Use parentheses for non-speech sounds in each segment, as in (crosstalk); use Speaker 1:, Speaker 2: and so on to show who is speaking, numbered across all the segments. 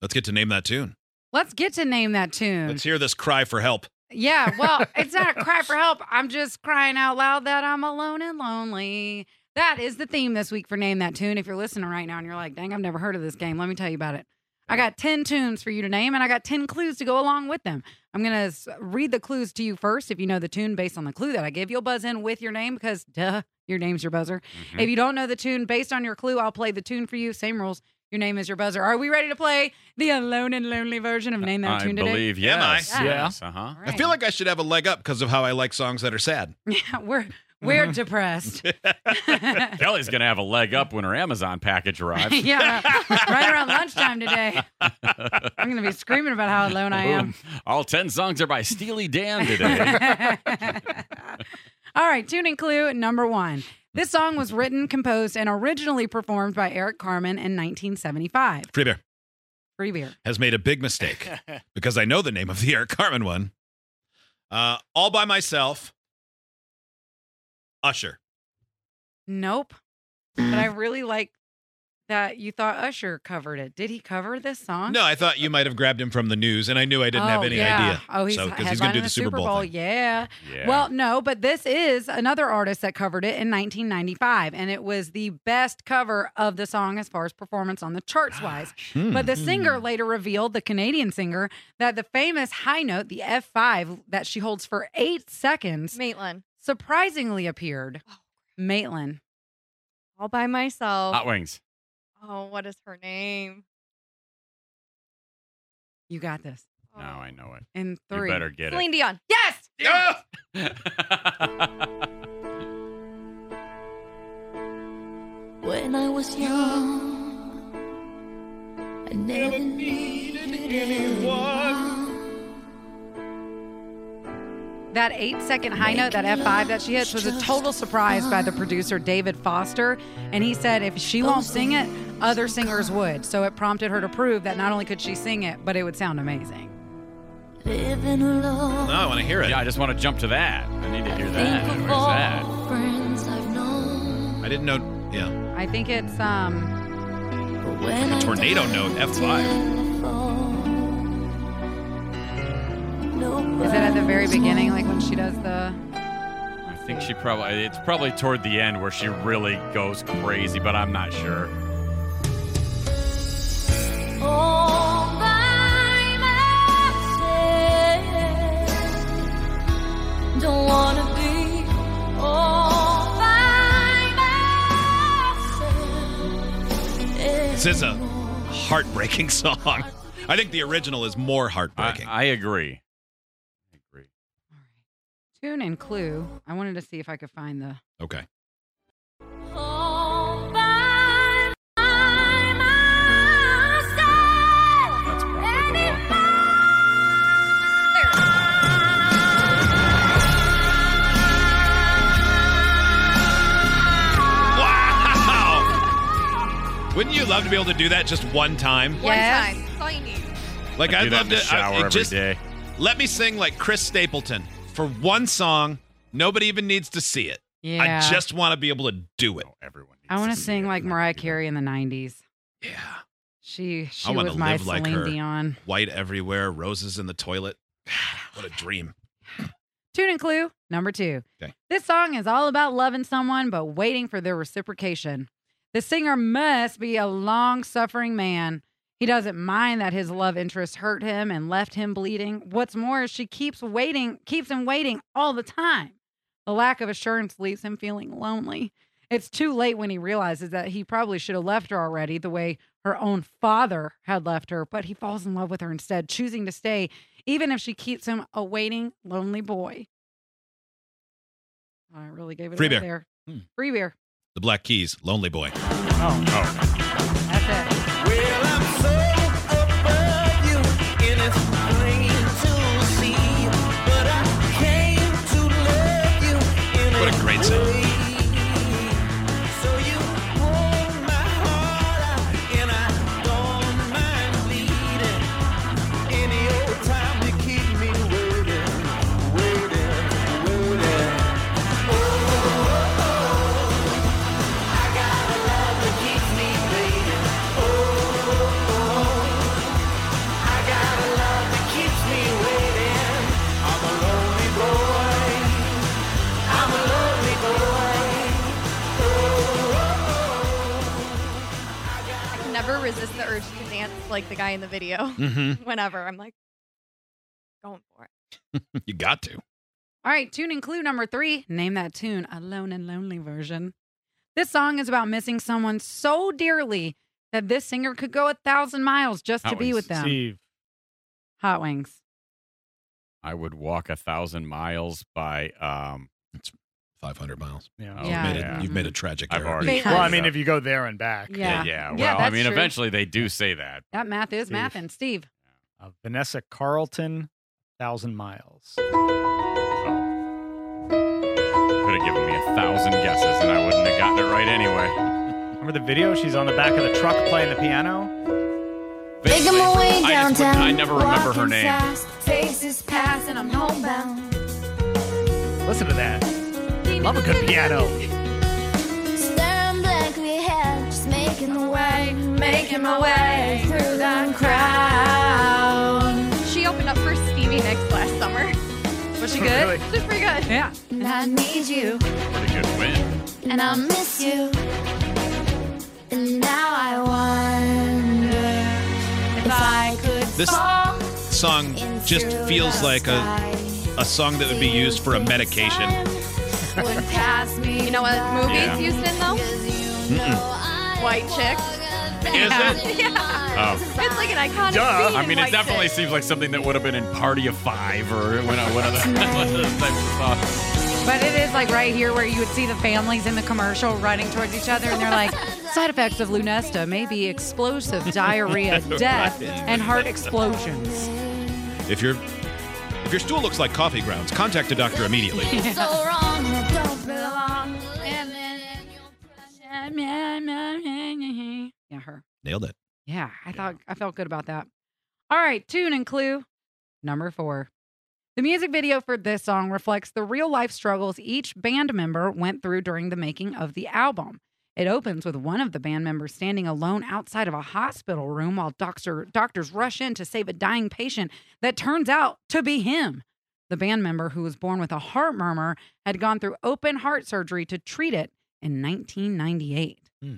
Speaker 1: Let's get to name that tune.
Speaker 2: Let's get to name that tune.
Speaker 1: Let's hear this cry for help.
Speaker 2: (laughs) yeah, well, it's not a cry for help. I'm just crying out loud that I'm alone and lonely. That is the theme this week for Name That Tune. If you're listening right now and you're like, dang, I've never heard of this game, let me tell you about it. I got 10 tunes for you to name and I got 10 clues to go along with them. I'm going to read the clues to you first. If you know the tune based on the clue that I give, you'll buzz in with your name because, duh, your name's your buzzer.
Speaker 3: Mm-hmm.
Speaker 2: If you don't know the tune based on your clue, I'll play the tune for you. Same rules. Your name is your buzzer. Are we ready to play the alone and lonely version of Name That
Speaker 3: I
Speaker 2: Tune today?
Speaker 3: believe,
Speaker 1: Am I?
Speaker 3: yes.
Speaker 2: Yeah.
Speaker 3: Yes, uh-huh.
Speaker 2: All
Speaker 1: I
Speaker 2: right. Mm.
Speaker 1: feel like I should have a leg up because of how I like songs that are sad.
Speaker 2: Yeah, Uh, we're we're
Speaker 1: Mm-hmm. (laughs)
Speaker 2: depressed. (laughs) yeah,
Speaker 3: Kelly's going to have a leg up when her Amazon package arrives.
Speaker 2: right, right around
Speaker 1: (laughs)
Speaker 2: lunchtime today. I'm gonna be screaming about how alone (laughs) I am.
Speaker 3: Boom. All 10 songs are by Steely
Speaker 2: (laughs)
Speaker 3: Dan today.
Speaker 1: (laughs)
Speaker 2: All right, tune in clue number one. This song was written, composed, and originally performed by Eric Carmen in 1975.
Speaker 1: Free Bear
Speaker 2: Free beer.
Speaker 1: has made a big
Speaker 2: (laughs)
Speaker 1: mistake because I know the name of the Eric Carmen one. Uh, all by myself. Usher.
Speaker 2: Nope. But I really like that you thought Usher covered it. Did he cover this song?
Speaker 1: No, I thought you might have grabbed him from the news, and I knew I didn't have
Speaker 2: Oh,
Speaker 1: any
Speaker 2: yeah.
Speaker 1: idea.
Speaker 2: Oh, he's
Speaker 1: So, 'cause he's gonna
Speaker 2: going
Speaker 1: do
Speaker 2: to
Speaker 1: the Super Bowl thing.
Speaker 2: Yeah.
Speaker 3: Yeah.
Speaker 2: Well, no, but this is another artist that covered it in 1995, and it was the best cover of the song as far as performance on the charts
Speaker 3: (sighs) (gasps)
Speaker 2: wise.
Speaker 1: Hmm.
Speaker 2: But
Speaker 3: Hmm.
Speaker 2: the singer later revealed, the Canadian singer, that the famous high note, the F5, that she holds for eight seconds,
Speaker 4: Maitland,
Speaker 2: surprisingly appeared. Maitland.
Speaker 4: all by myself.
Speaker 3: Hot Wings.
Speaker 4: oh, what is her name?
Speaker 2: You got this.
Speaker 4: Oh.
Speaker 3: Now I know it.
Speaker 2: In three.
Speaker 3: You better get
Speaker 4: Celine Dion. Yes.
Speaker 3: it.
Speaker 1: Ah!
Speaker 3: Yeah.
Speaker 5: When I was young, I never needed anyone.
Speaker 2: That eight second high note, that F5 that she hits, was a total surprise by the producer David Foster. And he said if she won't sing it, other singers would. So it prompted her to prove that not only could she sing it, but it would sound amazing.
Speaker 5: Living alone.
Speaker 1: No, I want to hear it.
Speaker 3: yeah, I just want to jump to that. I need to hear that.
Speaker 5: Think of
Speaker 3: Where's that?
Speaker 5: all friends I've known.
Speaker 1: I didn't know. Yeah.
Speaker 2: I think it's, um,
Speaker 5: But when
Speaker 1: A
Speaker 5: I
Speaker 1: tornado
Speaker 5: dial
Speaker 1: note,
Speaker 5: the
Speaker 1: F5.
Speaker 5: telephone,
Speaker 2: is it at the very
Speaker 5: nobody's
Speaker 2: beginning,
Speaker 5: home.
Speaker 2: like when she does the.
Speaker 3: I think she probably, it's probably toward the end where she really goes crazy, but I'm not sure.
Speaker 5: All by myself. Don't wanna be all by myself.
Speaker 1: This is a heartbreaking (laughs) song. I think the original is more
Speaker 3: I,
Speaker 1: heartbreaking.
Speaker 2: Uh,
Speaker 3: I agree. I agree.
Speaker 2: Tune and clue. I wanted to see if I could find the.
Speaker 1: okay.
Speaker 5: All by myself.
Speaker 3: That's probably the one.
Speaker 1: Wow! Wouldn't you love to be able to do that just one time?
Speaker 4: One
Speaker 2: Yes.
Speaker 4: time. That's all you need.
Speaker 1: Like
Speaker 3: I
Speaker 1: I'd
Speaker 3: do
Speaker 1: love
Speaker 3: that in the
Speaker 1: to I-
Speaker 3: shower
Speaker 1: it
Speaker 3: every day.
Speaker 1: just let me sing like Chris Stapleton for one song. Nobody even needs to see it.
Speaker 2: Yeah.
Speaker 1: I just want to be able to do it.
Speaker 3: Oh, everyone.
Speaker 2: I want to sing like Mariah Carey in the 90s.
Speaker 1: Yeah.
Speaker 2: She she
Speaker 1: wanna
Speaker 2: was my
Speaker 1: live like
Speaker 2: Celine
Speaker 1: her.
Speaker 2: Dion.
Speaker 1: White everywhere, roses in the toilet. (sighs) What a dream.
Speaker 2: Tune and clue number two.
Speaker 1: Okay.
Speaker 2: This song is all about loving someone but waiting for their reciprocation. The singer must be a long suffering man. He doesn't mind that his love interest hurt him and left him bleeding. What's more, is she keeps waiting, keeps him waiting all the time. The lack of assurance leaves him feeling lonely. It's too late when he realizes that he probably should have left her already, the way her own father had left her, but he falls in love with her instead, choosing to stay, even if she keeps him a waiting, lonely boy. I really gave it
Speaker 1: Free
Speaker 2: away
Speaker 1: beer.
Speaker 2: there.
Speaker 3: Hmm.
Speaker 2: Free beer.
Speaker 1: The Black Keys, Lonely Boy.
Speaker 3: Oh,
Speaker 2: That's it.
Speaker 6: Well, I'm so up
Speaker 4: like the guy in the video. (laughs)
Speaker 1: Mm-hmm.
Speaker 4: Whenever I'm like, going for it.
Speaker 1: You got to.
Speaker 2: All right, tune and clue number three. Name that tune, Alone and Lonely version. This song is about missing someone so dearly that this singer could go a thousand miles just to
Speaker 3: Hot
Speaker 2: be
Speaker 3: Wings.
Speaker 2: with them.
Speaker 6: Steve.
Speaker 2: Hot Wings.
Speaker 3: I would walk a thousand miles by. Um,
Speaker 1: 500 miles.
Speaker 6: Yeah.
Speaker 3: Oh,
Speaker 1: You've, made
Speaker 3: yeah.
Speaker 1: A, you've made a tragic
Speaker 3: I've
Speaker 1: error.
Speaker 3: already.
Speaker 2: Yeah.
Speaker 6: Well, I
Speaker 3: screwed
Speaker 6: mean,
Speaker 3: up.
Speaker 6: if you go there and back.
Speaker 2: Yeah.
Speaker 3: yeah, yeah. Well,
Speaker 2: Yeah,
Speaker 3: I
Speaker 2: that's
Speaker 3: mean,
Speaker 2: true.
Speaker 3: eventually they do say that.
Speaker 2: That math is
Speaker 6: Steve.
Speaker 2: mathin'. Steve.
Speaker 6: Uh, Vanessa Carlton, Thousand Miles.
Speaker 3: Could have given me a thousand guesses and I wouldn't have gotten it right anyway.
Speaker 6: Remember the video? She's on the back of the truck playing the piano.
Speaker 5: Making
Speaker 3: Basically,
Speaker 5: my way
Speaker 3: I, just wouldn't-
Speaker 5: downtown.
Speaker 3: I never remember her
Speaker 5: walking
Speaker 3: name.
Speaker 5: fast, faces pass and I'm homebound.
Speaker 6: Listen to that. Love a good piano.
Speaker 5: Staring blankly ahead, just making the way,
Speaker 4: making my way
Speaker 5: through the crowd.
Speaker 4: She opened up for Stevie Nicks last summer.
Speaker 2: Was she good?
Speaker 6: Really?
Speaker 4: She's pretty good.
Speaker 2: Yeah.
Speaker 5: And I need you,
Speaker 3: Pretty good win.
Speaker 5: and I miss you. And now I wonder if I could
Speaker 1: This
Speaker 5: fall
Speaker 1: song just
Speaker 5: into
Speaker 1: feels
Speaker 5: the
Speaker 1: like a,
Speaker 5: sky.
Speaker 1: a song that would be used for a medication.
Speaker 5: Would pass me
Speaker 4: You know what
Speaker 5: by.
Speaker 4: movie
Speaker 3: Yeah.
Speaker 4: it's used in though?
Speaker 5: Because you know I
Speaker 4: White Chick.
Speaker 5: walk a
Speaker 1: Is
Speaker 5: (laughs) thousand miles
Speaker 3: Oh.
Speaker 4: It's like an iconic
Speaker 6: Duh.
Speaker 4: scene
Speaker 3: I
Speaker 4: in
Speaker 3: mean, it
Speaker 4: White
Speaker 3: definitely
Speaker 4: Chicks.
Speaker 3: seems like something that would have been in Party of Five or one of, one of those (laughs) one of those types of songs.
Speaker 2: But it is like right here where you would see the families in the commercial running towards each other and they're like, side effects of Lunesta may be
Speaker 3: (laughs)
Speaker 2: explosive diarrhea, death, and heart explosions.
Speaker 1: If your if your stool looks like coffee grounds, contact a doctor immediately.
Speaker 5: So wrong, I don't belong. Living in your precious-
Speaker 2: Yeah, her.
Speaker 1: Nailed it.
Speaker 2: Yeah, I thought I felt good about that. All right, tune and clue number four. The music video for this song reflects the real life struggles each band member went through during the making of the album. It opens with one of the band members standing alone outside of a hospital room while doctor, doctors rush in to save a dying patient that turns out to be him. The band member, who was born with a heart murmur, had gone through open heart surgery to treat it in 1998.
Speaker 6: Hmm.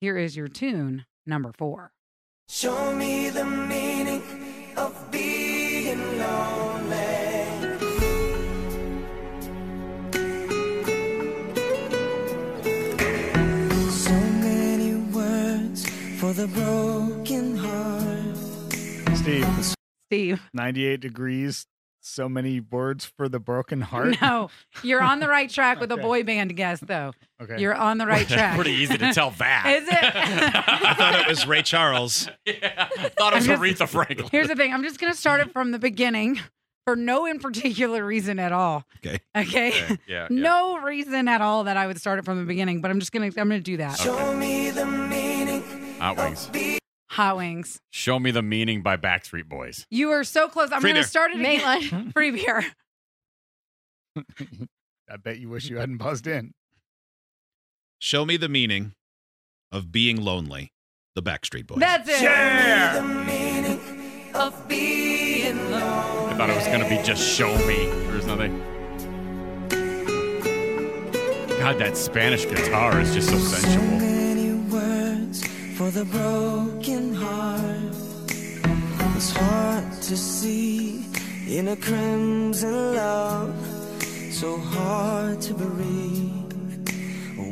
Speaker 2: Here is your tune number four.
Speaker 7: Show me the meaning of being lonely. So many words for the broken heart.
Speaker 6: Steve,
Speaker 2: Steve.
Speaker 6: 98 degrees. So many words for the
Speaker 2: (laughs)
Speaker 6: broken heart.
Speaker 2: No, you're on the right track with a
Speaker 6: Okay.
Speaker 2: boy band guess, though.
Speaker 6: Okay.
Speaker 2: You're on the
Speaker 3: (laughs)
Speaker 2: right track.
Speaker 3: Pretty easy to tell that. (laughs)
Speaker 2: Is it?
Speaker 1: I thought it was Ray Charles.
Speaker 3: yeah, thought it was
Speaker 2: I'm
Speaker 3: Aretha Franklin.
Speaker 2: Here's the thing. I'm just gonna start it from the beginning, for no in particular reason at all.
Speaker 1: Okay.
Speaker 2: Okay.
Speaker 3: (laughs) Okay, yeah, yeah.
Speaker 2: (laughs) No reason at all that I would start it from the beginning, but I'm just gonna I'm gonna do that.
Speaker 7: Show me the meaning
Speaker 3: Hot Wings.
Speaker 2: Hot wings.
Speaker 3: Show me the meaning by Backstreet Boys.
Speaker 2: You are so close. I'm
Speaker 1: Free
Speaker 2: gonna
Speaker 1: beer.
Speaker 2: start it again. (laughs)
Speaker 4: Maitland.
Speaker 2: Free beer.
Speaker 6: I bet you
Speaker 2: (laughs)
Speaker 6: wish you hadn't buzzed in.
Speaker 1: Show me the meaning of being lonely. The Backstreet Boys.
Speaker 2: That's it.
Speaker 7: the meaning of being lonely.
Speaker 3: I thought it was gonna be just show me or something. God, that Spanish guitar is just so
Speaker 7: So
Speaker 3: sensual.
Speaker 7: many words for the broken heart. It's hard to see in a crimson love, so hard to breathe.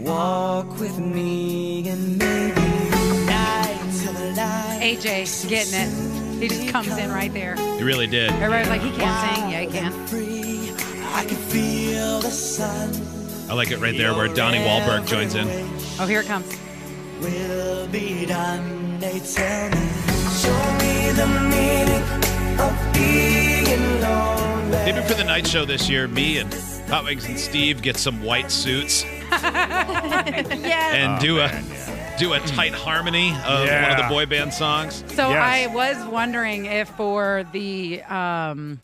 Speaker 7: Walk with me and maybe night till the light.
Speaker 2: AJ getting it. He just comes in right there.
Speaker 1: He really did.
Speaker 2: Everybody's like, he can't sing. Yeah, he can.
Speaker 7: Free, I can feel the sun.
Speaker 1: I like it right there where Donnie Wahlberg joins in.
Speaker 2: Oh, here it comes.
Speaker 7: will be done. They tell me, show me the meaning of being lonely.
Speaker 1: Maybe for the night show this year, me and Hot Wings and Steve get some white suits
Speaker 2: (laughs) Yes.
Speaker 1: and do a do a tight harmony of one of
Speaker 6: Yeah.
Speaker 1: the boy band songs.
Speaker 2: So
Speaker 6: Yes.
Speaker 2: I was wondering if for the um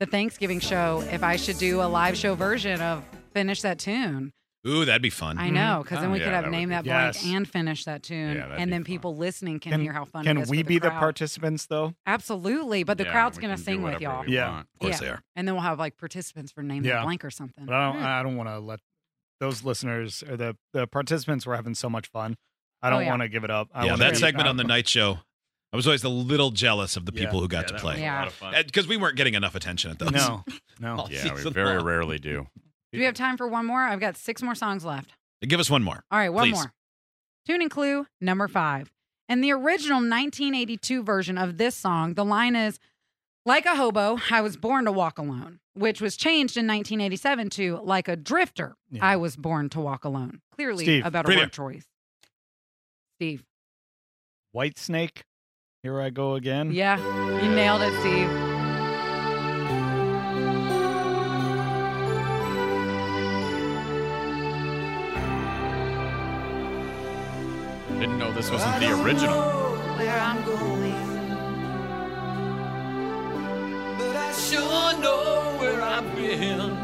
Speaker 2: the Thanksgiving show if I should do a live show version of finish that tune.
Speaker 1: Ooh, that'd be fun.
Speaker 2: I know because then we
Speaker 3: Mm-hmm. Oh, Yeah,
Speaker 2: could have
Speaker 3: that would
Speaker 2: name
Speaker 3: be-
Speaker 2: that
Speaker 6: Yes.
Speaker 2: blank and finish that tune,
Speaker 3: Yeah, that'd
Speaker 2: and
Speaker 3: be
Speaker 2: then
Speaker 3: fun.
Speaker 2: people listening can, hear how fun. it
Speaker 6: Can
Speaker 2: is
Speaker 6: we
Speaker 2: for
Speaker 6: be the
Speaker 2: crowd. (laughs)
Speaker 6: participants though?
Speaker 2: Absolutely, but the
Speaker 3: Yeah,
Speaker 2: crowd's
Speaker 3: we
Speaker 2: gonna
Speaker 3: can do
Speaker 2: sing with
Speaker 3: whatever
Speaker 2: y'all.
Speaker 3: we
Speaker 6: Yeah.
Speaker 3: want.
Speaker 1: Of course
Speaker 2: Yeah.
Speaker 1: they are.
Speaker 2: And then we'll have like participants for name that
Speaker 6: Yeah.
Speaker 2: blank or something.
Speaker 6: But I don't.
Speaker 2: Hmm.
Speaker 6: I don't want to let those listeners or the the participants were having so much fun. I
Speaker 2: Oh,
Speaker 6: don't
Speaker 2: yeah.
Speaker 6: want to give it up. I
Speaker 1: yeah,
Speaker 6: wanna
Speaker 1: that
Speaker 6: be- (laughs)
Speaker 1: segment
Speaker 6: I-
Speaker 1: on the night show. I was always a little jealous of the people who got to play.
Speaker 2: Yeah.
Speaker 1: Because we weren't getting enough attention at those.
Speaker 6: No, no.
Speaker 1: (laughs) All
Speaker 3: Yeah, we
Speaker 1: season
Speaker 3: very
Speaker 1: long.
Speaker 3: rarely do.
Speaker 2: Do we have time for one more? I've got six more songs left.
Speaker 1: Give us one more.
Speaker 2: All right, one
Speaker 1: Please.
Speaker 2: more. Tune and Clue, number five. In the original 1982 version of this song, the line is, Like a hobo, I was born to walk alone, which was changed in 1987 to, Like a drifter,
Speaker 6: Yeah.
Speaker 2: I was born to walk alone. Clearly
Speaker 6: Steve.
Speaker 2: a better
Speaker 1: Premier.
Speaker 2: word choice. Steve.
Speaker 6: White Snake. Here I go again.
Speaker 2: Yeah, you nailed it, Steve.
Speaker 3: Didn't know this wasn't the original.
Speaker 5: Where I'm going,
Speaker 7: But I sure know where I've been.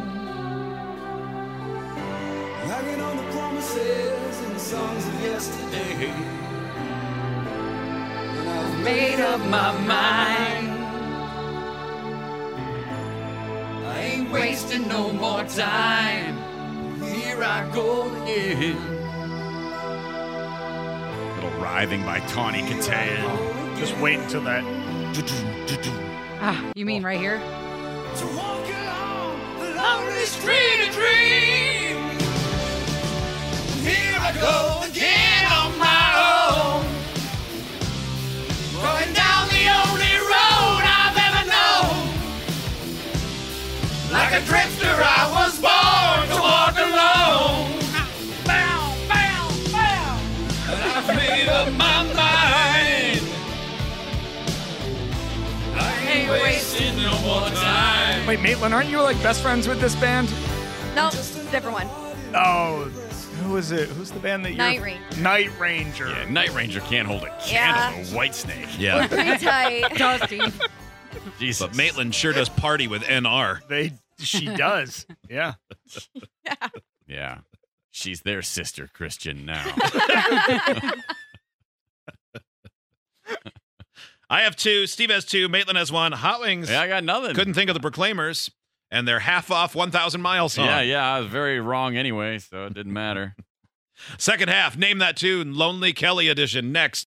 Speaker 7: Hanging on the promises and the songs of yesterday. And I've made up my mind. I ain't wasting no more time. Here I go again.
Speaker 3: Little writhing by Tawny Katayan.
Speaker 6: Just wait until that.
Speaker 2: Ah, you
Speaker 6: Oh.
Speaker 2: mean right here?
Speaker 7: To walk along the lonely street of dreams. Here I go again on my own. Going down the only road I've ever known. Like a drifter, I was born to walk alone. Bow, bow, bow. And I've made up my mind. I ain't wasting no more time.
Speaker 6: Wait, Maitland, aren't you like best friends with this band?
Speaker 4: Nope, different one.
Speaker 6: Oh, who is it? Who's the band that you?
Speaker 4: Night Ranger.
Speaker 6: Night Ranger.
Speaker 3: Yeah, Night Ranger can't hold a
Speaker 4: Yeah.
Speaker 3: candle to White Snake.
Speaker 2: (laughs)
Speaker 1: Yeah.
Speaker 4: Pretty tight.
Speaker 2: Does Steve.
Speaker 3: Jesus.
Speaker 1: But Maitland sure does party with NR.
Speaker 6: They. She (laughs) does.
Speaker 2: (laughs)
Speaker 6: Yeah.
Speaker 3: Yeah. She's their sister,
Speaker 1: (laughs)
Speaker 3: Christian, now.
Speaker 1: I have two. Steve has two. Maitland has one. Hot Wings.
Speaker 3: yeah, I got nothing.
Speaker 1: Couldn't think of the Proclaimers and their half off 1,000 miles song.
Speaker 3: Yeah, yeah, I was very wrong anyway, so it didn't matter.
Speaker 1: Second half, name that tune, Lonely Kelly edition next.